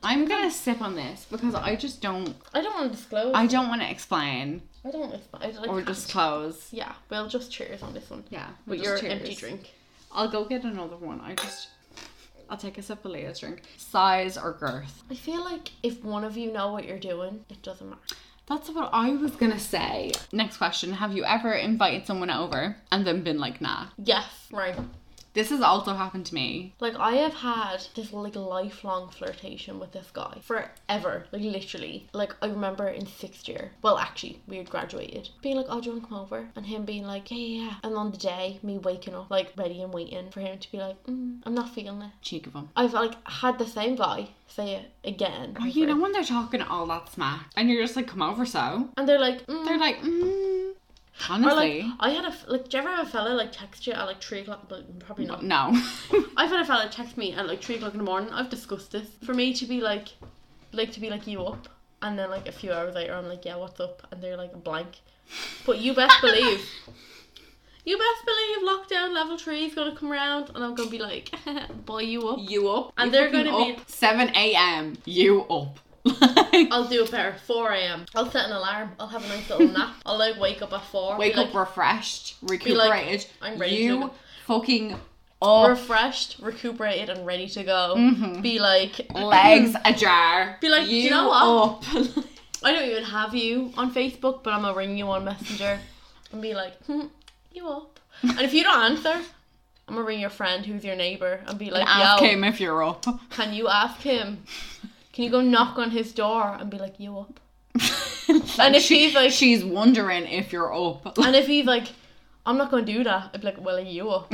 S1: I'm gonna sip on this because I just don't.
S2: I don't want to disclose.
S1: I don't want to explain
S2: I don't want to disclose.
S1: or disclose.
S2: yeah, we'll just cheers on this one.
S1: Yeah.
S2: With
S1: just
S2: your
S1: cheers.
S2: empty drink.
S1: I'll go get another one. I just. I'll take a sip of Leah's drink. Size or girth?
S2: I feel like if one of you know what you're doing, it doesn't matter.
S1: That's what I was gonna say. Next question Have you ever invited someone over and then been like, nah?
S2: Yes, right.
S1: This has also happened to me.
S2: Like I have had this like lifelong flirtation with this guy forever, like literally. Like I remember in sixth year, well actually we had graduated, being like, "Oh, do you want to come over?" and him being like, "Yeah, yeah." yeah." And on the day, me waking up like ready and waiting for him to be like, mm, "I'm not feeling it."
S1: Cheek of them.
S2: I've like had the same guy say it again,
S1: Or you know when they're talking all that smack and you're just like, come over so?
S2: and they're like, mm.
S1: They're like, mm.
S2: or like
S1: Honestly.
S2: I had a f- like, do you ever have a fella like text you at like three o'clock? But probably not.
S1: no.
S2: I've had a fella text me at like three o'clock in the morning. I've discussed this. For me to be like, like to be like you up, and then like a few hours later, I'm like, yeah, what's up? And they're like blank. But you best believe, you best believe lockdown level three is gonna come round, and I'm gonna be like, boy, you up.
S1: you up.
S2: And
S1: you
S2: they're
S1: fucking
S2: gonna be-
S1: up. 7 a.m. You up. Like,
S2: I'll do it better. 4 a.m. I'll set an alarm. I'll have a nice little nap. I'll like wake up at 4.
S1: Wake
S2: be,
S1: up
S2: like,
S1: refreshed,
S2: like,
S1: recuperated.
S2: I'm ready
S1: you
S2: to go.
S1: fucking up.
S2: refreshed, recuperated, and ready to go.
S1: Mm-hmm.
S2: Be like,
S1: legs ajar.
S2: Be like, "Do you know what?"
S1: up.
S2: I don't even have you on Facebook, but I'm gonna ring you on Messenger and be like, hmm, you up? And if you don't answer, I'm gonna ring your friend who's your neighbor and be like,
S1: Ask
S2: yo,
S1: him if you're up.
S2: can you ask him? Can you go knock on his door and be like, you up? And if he's like,
S1: She's wondering if you're up.
S2: and if he's like, I'm not gonna do that, I'd be like, well, are you up?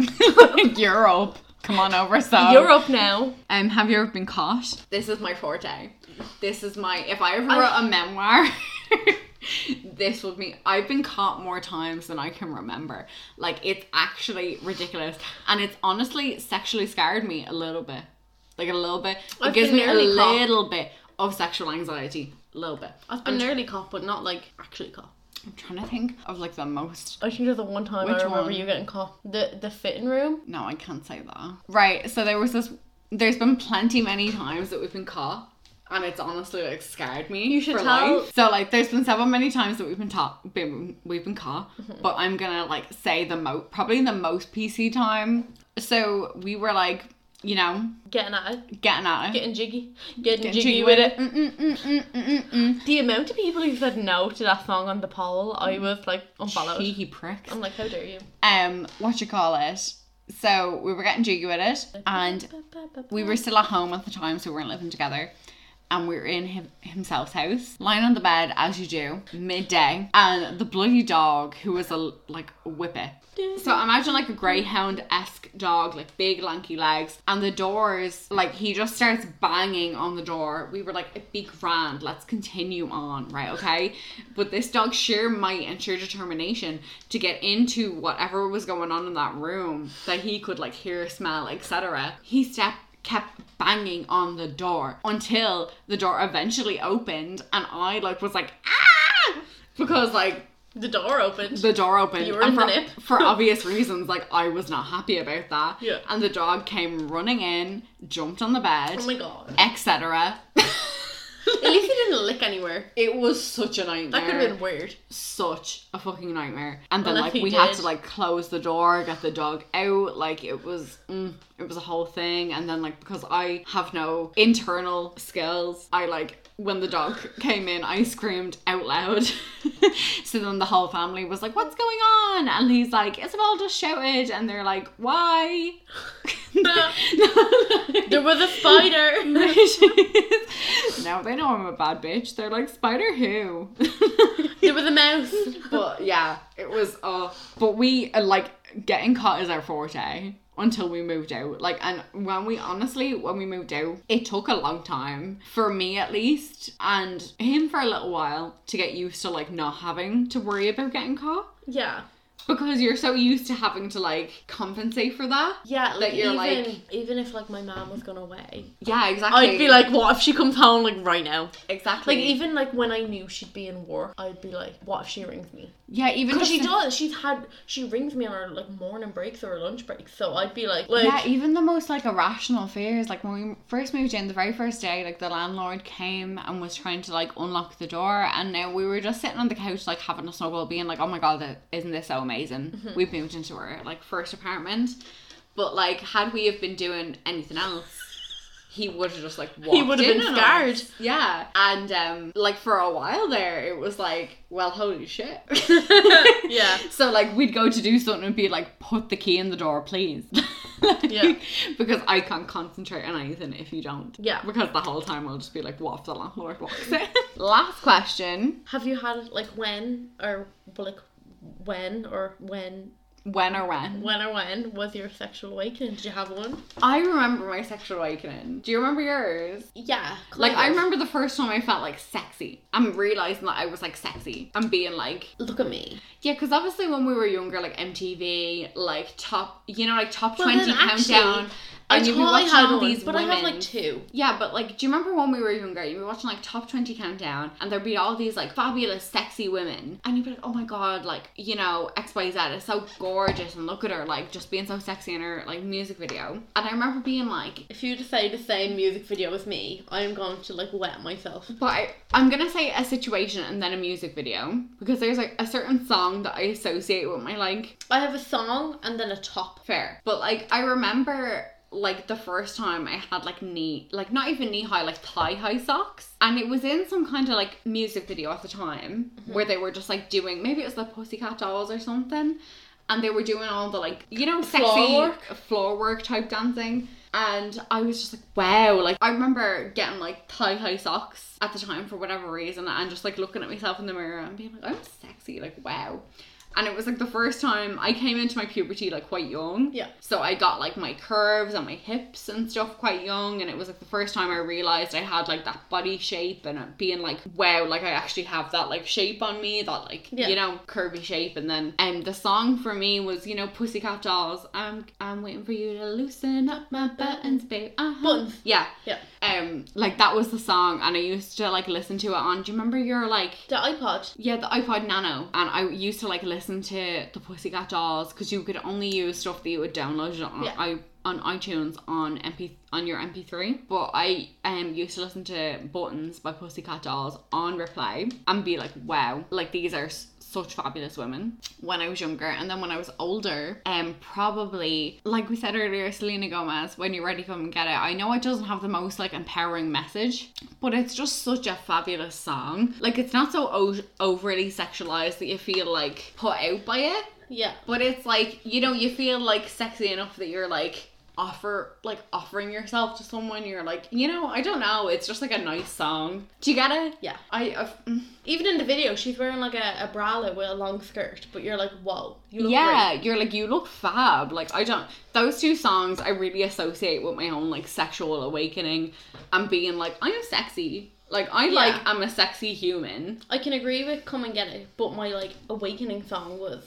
S1: you're up. Come on over, so.
S2: You're up now.
S1: Um, have you ever been caught? This is my forte. This is my. If I ever
S2: I-
S1: wrote a memoir, this would be. I've been caught more times than I can remember. Like it's actually ridiculous, and it's honestly sexually scared me a little bit. Like a little bit. It
S2: I've
S1: gives
S2: been
S1: me a
S2: nearly caught.
S1: little bit of sexual anxiety. A little bit.
S2: I've been nearly caught, but not like actually caught.
S1: I'm trying to think of like the most
S2: I think there's the one time I
S1: Which
S2: remember
S1: one?
S2: you getting caught. The the fitting room.
S1: No, I can't say that. Right, so there was this. There's been plenty many times that we've been caught, and it's honestly like scared me. You
S2: should
S1: for
S2: tell-
S1: Life. So like, there's been several many times that we've been taught, been, we've been caught.
S2: Mm-hmm.
S1: But I'm gonna like say the mo probably the most PC time. So we were like, you know,
S2: Getting at it,
S1: getting at it.
S2: getting jiggy, getting,
S1: Getting
S2: jiggy,
S1: cheeky
S2: with it.
S1: Mm, mm, mm, mm, mm, mm,
S2: The amount of people who said no to that song on the poll, I was like
S1: mm.
S2: unfollowed.
S1: Cheeky pricks.
S2: I'm like, how dare you?
S1: Um, what you call it? So we were getting jiggy with it, and we were still at home at the time, so we weren't living together. And we were in him, himself's house, lying on the bed as you do, midday. And the bloody dog, who was a like a whippet. So imagine like a greyhound esque dog, like big lanky legs, and the doors. Like he just starts banging on the door. We were like, "It'd be grand. Let's continue on, right? Okay." But this dog's sheer might and sheer determination to get into whatever was going on in that room that he could like hear, smell, etc. He stepped kept banging on the door until the door eventually opened and I like was like ah because like
S2: The door opened.
S1: the door opened
S2: You were
S1: and for,
S2: in the nip.
S1: for obvious reasons like I was not happy about that
S2: Yeah.
S1: and the dog came running in jumped on the bed
S2: oh my god.
S1: etc
S2: At least he didn't lick anywhere.
S1: it was such a nightmare
S2: That could have been weird.
S1: such a fucking nightmare and then
S2: Unless
S1: like
S2: he
S1: we had
S2: did.
S1: to like close the door get the dog out like it was mm, it was a whole thing and then like because i have no internal skills i like when the dog came in i screamed out loud so then the whole family was like what's going on and he's like isabel just shouted and they're like why
S2: There was a spider.
S1: now they know i'm a bad bitch they're like spider who
S2: there was a mouse.
S1: but yeah, it was. Uh, but we uh, like getting caught is our forte until we moved out. Like, and when we honestly, when we moved out, it took a long time for me at least, and him for a little while to get used to like not having to worry about getting caught
S2: Yeah.
S1: because you're so used to having to like compensate for that.
S2: Yeah, like
S1: That you're
S2: even
S1: like-
S2: even if like my mom was gone away,
S1: Yeah, exactly.
S2: I'd be like, what if she comes home like right now?
S1: exactly.
S2: Like even like when I knew she'd be in work, I'd be like, what if she rings me?
S1: yeah, even
S2: Because she
S1: just-
S2: does. She's had she rings me on her like morning breaks or her lunch breaks, so I'd be like, like
S1: yeah, even the most like irrational fears. Like when we first moved in, the very first day, like the landlord came and was trying to like unlock the door, and now we were just sitting on the couch, like having a snuggle, being like, "Oh my god, that- isn't this so amazing?"
S2: Mm-hmm.
S1: We've moved into our like first apartment, but like had we have been doing anything else. He would have just like walked
S2: he would have
S1: in
S2: been
S1: on us.
S2: scared.
S1: Yeah, and um, like for a while there, it was like, well, holy shit.
S2: Yeah.
S1: So like we'd go to do something and be like, put the key in the door, please. Like,
S2: Yeah.
S1: Because I can't concentrate on anything if you don't.
S2: Yeah.
S1: Because the whole time I'll just be like, what if the landlord walks in? Last question:
S2: Have you had like when or like when or when
S1: When or when?
S2: when or when was your sexual awakening? Did you have one?
S1: I remember my sexual awakening. Do you remember yours?
S2: Yeah,
S1: Like I remember the first time I felt like sexy. I'm realizing that I was like sexy. I'm being like,
S2: Look at me.
S1: Yeah, because obviously when we were younger, like MTV, like top, you know, like top
S2: Well,
S1: twenty
S2: then actually,
S1: countdown.
S2: I
S1: and you'd be
S2: totally
S1: watching
S2: had
S1: all
S2: one,
S1: these
S2: but I have like
S1: women.
S2: two.
S1: Yeah, but like, do you remember when we were younger? You'd be watching like top twenty countdown, and there'd be all these like fabulous, sexy women, and you'd be like, oh my god, like you know X Y Z is so gorgeous, and look at her, like just being so sexy in her like music video. And I remember being like,
S2: If you decide to say music video as me, I am going to like wet myself.
S1: But I, I'm gonna say a situation and then a music video because there's like a certain song that I associate with my like
S2: I have a song and then a top.
S1: fair. But like I remember like the first time I had like knee like not even knee high, like thigh high socks. And it was in some kind of like music video at the time where they were just like doing maybe it was the pussycat dolls or something. And they were doing all the like you know sexy
S2: Floor work?
S1: floor work type dancing. And I was just like, wow. Like, I remember getting like thigh high socks at the time for whatever reason and just like looking at myself in the mirror and being like, I'm sexy. Like, wow. And it was like the first time I came into my puberty like quite young.
S2: Yeah.
S1: So I got like my curves and my hips and stuff quite young. And it was like the first time I realized I had like that body shape and it being like, wow, like I actually have that like shape on me, that like,
S2: Yeah.
S1: you know, curvy shape. And then um, the song for me was, you know, Pussycat Dolls. I'm, I'm waiting for you to loosen up my buttons, babe. Uh-huh.
S2: Buttons.
S1: Yeah.
S2: Yeah.
S1: Um, like that was the song, and I used to like listen to it on. Do you remember your like
S2: The iPod.
S1: yeah, the iPod Nano, and I used to like listen to the Pussycat Dolls because you could only use stuff that you would download it on
S2: Yeah.
S1: i on iTunes on MP on your MP3. But I um used to listen to Buttons by Pussycat Dolls on replay and be like, wow, like these are s- such fabulous women when I was younger, and then when I was older, um, probably like we said earlier, Selena Gomez, when you're ready, come and get it. I know it doesn't have the most like empowering message, but it's just such a fabulous song. Like it's not so o- overly sexualized that you feel like put out by it.
S2: Yeah.
S1: But it's like, you know, you feel like sexy enough that you're like offer like offering yourself to someone you're like you know i don't know it's just like a nice song do you get it
S2: Yeah.
S1: i I've, mm.
S2: Even in the video, she's wearing like a, a bralette with a long skirt, but you're like, whoa, you look
S1: yeah you're like you look fab like i don't those two songs i really associate with my own like sexual awakening and being like i am sexy like i
S2: Yeah.
S1: like i'm a sexy human
S2: I can agree with "Come and Get It," but my like awakening song was.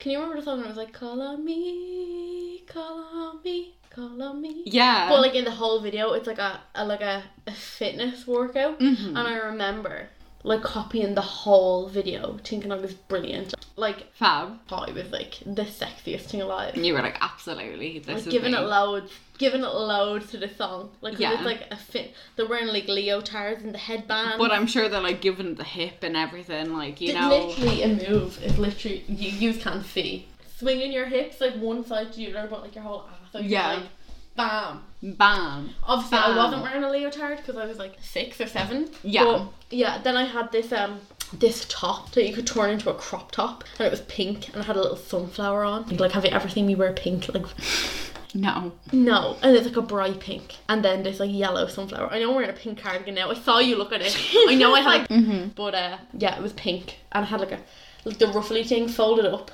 S2: Can you remember the song? It was like "Call on me, call on me, call on me."
S1: yeah
S2: But like in the whole video, it's like a, a like a, a fitness workout,
S1: Mhm.
S2: and I remember like copying the whole video, thinking I was brilliant. Like
S1: fab
S2: thought it was like the sexiest thing alive.
S1: and you were like absolutely this
S2: Like
S1: is
S2: giving
S1: me.
S2: it loads, giving it loads to the song. Like 'cause
S1: Yeah.
S2: it's like a fit. They're wearing like leotards and the headband.
S1: but i'm sure they're like giving it the hip and everything like you
S2: It's
S1: know
S2: literally a move. It's literally you, you can see swinging your hips like one side to the other, but like your whole ass. Like,
S1: Yeah.
S2: Like, bam.
S1: bam
S2: Obviously,
S1: Bam.
S2: I wasn't wearing a leotard because I was like six or seven.
S1: Yeah.
S2: But, yeah. Then I had this um this top that you could turn into a crop top, and it was pink, and it had a little sunflower on. Like, have you ever seen me wear pink? Like,
S1: no
S2: no. And it's like a bright pink, and then there's like yellow sunflower. I know I'm wearing a pink cardigan now. I saw you look at it. I know I had. But uh, yeah, it was pink, and it had like a like the ruffly thing folded up.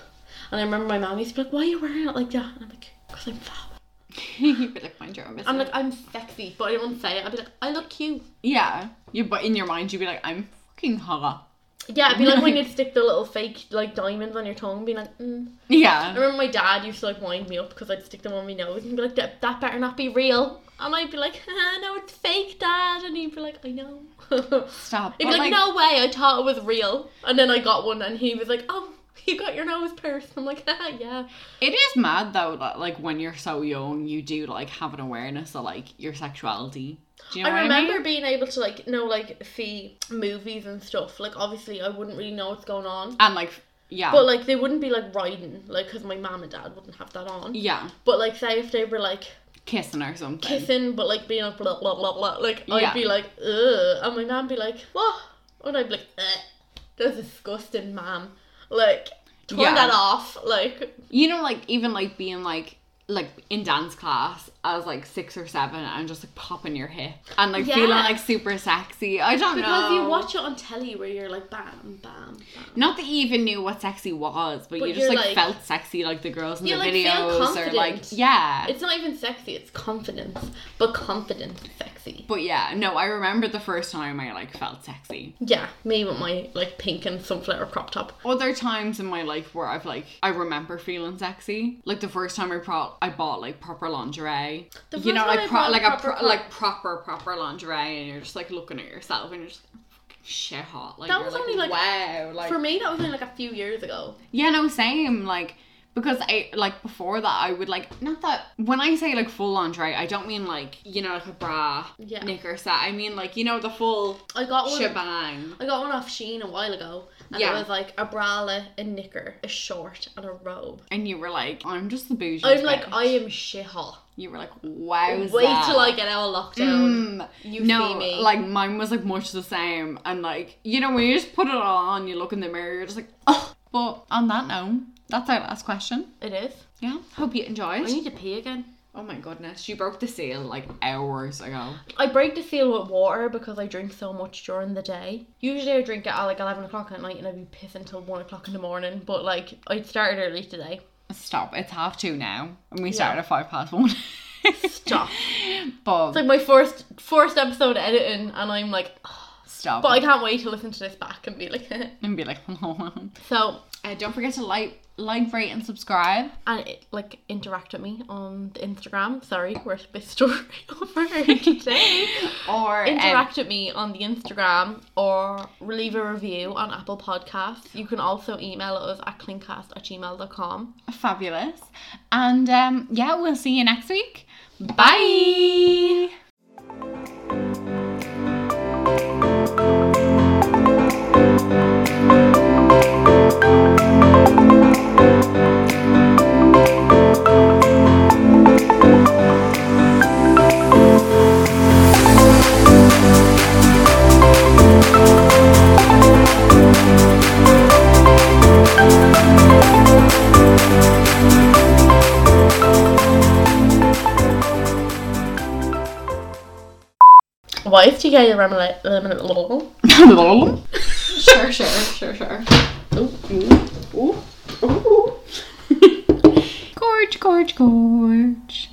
S2: And I remember my mum used to be like, "Why are you wearing it like that?" And I'm like, "Cause I'm fab."
S1: you would like mind your own
S2: I'm
S1: business.
S2: like, I'm sexy, but I don't say it. I'd be like, I look cute.
S1: yeah you but in your mind you'd be like i'm fucking hot
S2: Yeah, it'd be like when you'd stick the little fake like diamonds on your tongue, being like, mm. I
S1: yeah
S2: remember my dad used to like wind me up because I'd stick them on my nose and be like, that, that better not be real. And I'd be like, "Ah, no, it's fake, dad. And he'd be like, I know. he'd be
S1: stop
S2: like, no way, I thought it was real. And then I got one and he was like, oh, you got your nose pierced. I'm like, ah, yeah.
S1: It is mad though that like when you're so young, you do like have an awareness of like your sexuality. Do you know
S2: I
S1: what
S2: remember
S1: I mean?
S2: being able to like know like see movies and stuff. Like obviously I wouldn't really know what's going on.
S1: And like yeah,
S2: But like they wouldn't be like riding, like because my mom and dad wouldn't have that on.
S1: yeah,
S2: But like say if they were like
S1: kissing or something.
S2: kissing, but like being like blah blah blah blah, like
S1: Yeah.
S2: I'd be like ugh, and my mom be like what, and I'd be like Ugh, that's disgusting, mom. Like turn
S1: Yeah.
S2: that off, like
S1: You know, like even like being like like in dance class as like six or seven and just like popping your hip and like
S2: Yeah.
S1: feeling like super sexy. I don't
S2: because
S1: know.
S2: you watch it on telly where you're like bam bam bam.
S1: not that you even knew what sexy was, but,
S2: But
S1: you just
S2: you're,
S1: like,
S2: like-
S1: felt sexy like the girls in
S2: You,
S1: the
S2: like, feel
S1: videos or like
S2: confident.
S1: yeah.
S2: It's not even sexy; it's confidence, but confidence is sexy.
S1: but yeah, no, I remember the first time I like felt sexy.
S2: Yeah, me with my like pink and sunflower crop top.
S1: other times in my life where I've like I remember feeling sexy. Like the first time I brought I bought like proper lingerie.
S2: The
S1: you
S2: first
S1: know,
S2: time
S1: like
S2: I bought
S1: like
S2: proper
S1: a pro-
S2: pro-
S1: like proper proper lingerie, and you're just like looking at yourself, and you're just like, fucking shit hot. Like
S2: That
S1: you're
S2: was only, like,
S1: wow. Like
S2: For me, that was only like a few years ago.
S1: yeah, no, same like. Because I like before that I would like not that when I say like full lingerie I don't mean like you know like a bra
S2: Yeah.
S1: knicker set I mean like you know the full
S2: I got one.
S1: shebang
S2: I got one off Sheen a while ago, and
S1: Yeah.
S2: it was like a bralette, a knicker, a short, and a robe.
S1: and you were like I'm just the bougie
S2: I'm like,
S1: bitch."
S2: I am shit hot.
S1: you were like wow
S2: Wait till I get out of lockdown.
S1: Mm,
S2: You
S1: no,
S2: see me.
S1: like mine was like much the same, and like you know when you just put it all on, you look in the mirror, you're just like, oh. But on that note, that's our last question.
S2: It is.
S1: Yeah, hope you enjoyed.
S2: I need to pee again.
S1: oh my goodness, she broke the seal like hours ago.
S2: I break the seal with water because I drink so much during the day. Usually I drink it at like 11 o'clock at night and I'd be pissed until 1 o'clock in the morning, but like I started early today.
S1: Stop, it's half two now, and we started at five past one.
S2: Stop.
S1: But
S2: it's like my first first episode editing and I'm like,
S1: stop
S2: but I can't wait to listen to this back and be like,
S1: and be like, uh,
S2: so
S1: don't forget to like, like, rate, and subscribe.
S2: and it, like interact with me on the Instagram. Sorry, we're a bit story over today.
S1: Or um,
S2: Interact with me on the Instagram or leave a review on Apple Podcasts. You can also email us at clinkcast at gmail.com.
S1: fabulous. And um, yeah, we'll see you next week. Bye.
S2: What if you get a lemonade? lemonade
S1: sure, sure, sure, sure. Ooh, ooh, ooh, ooh. gorge, gorge, gorge.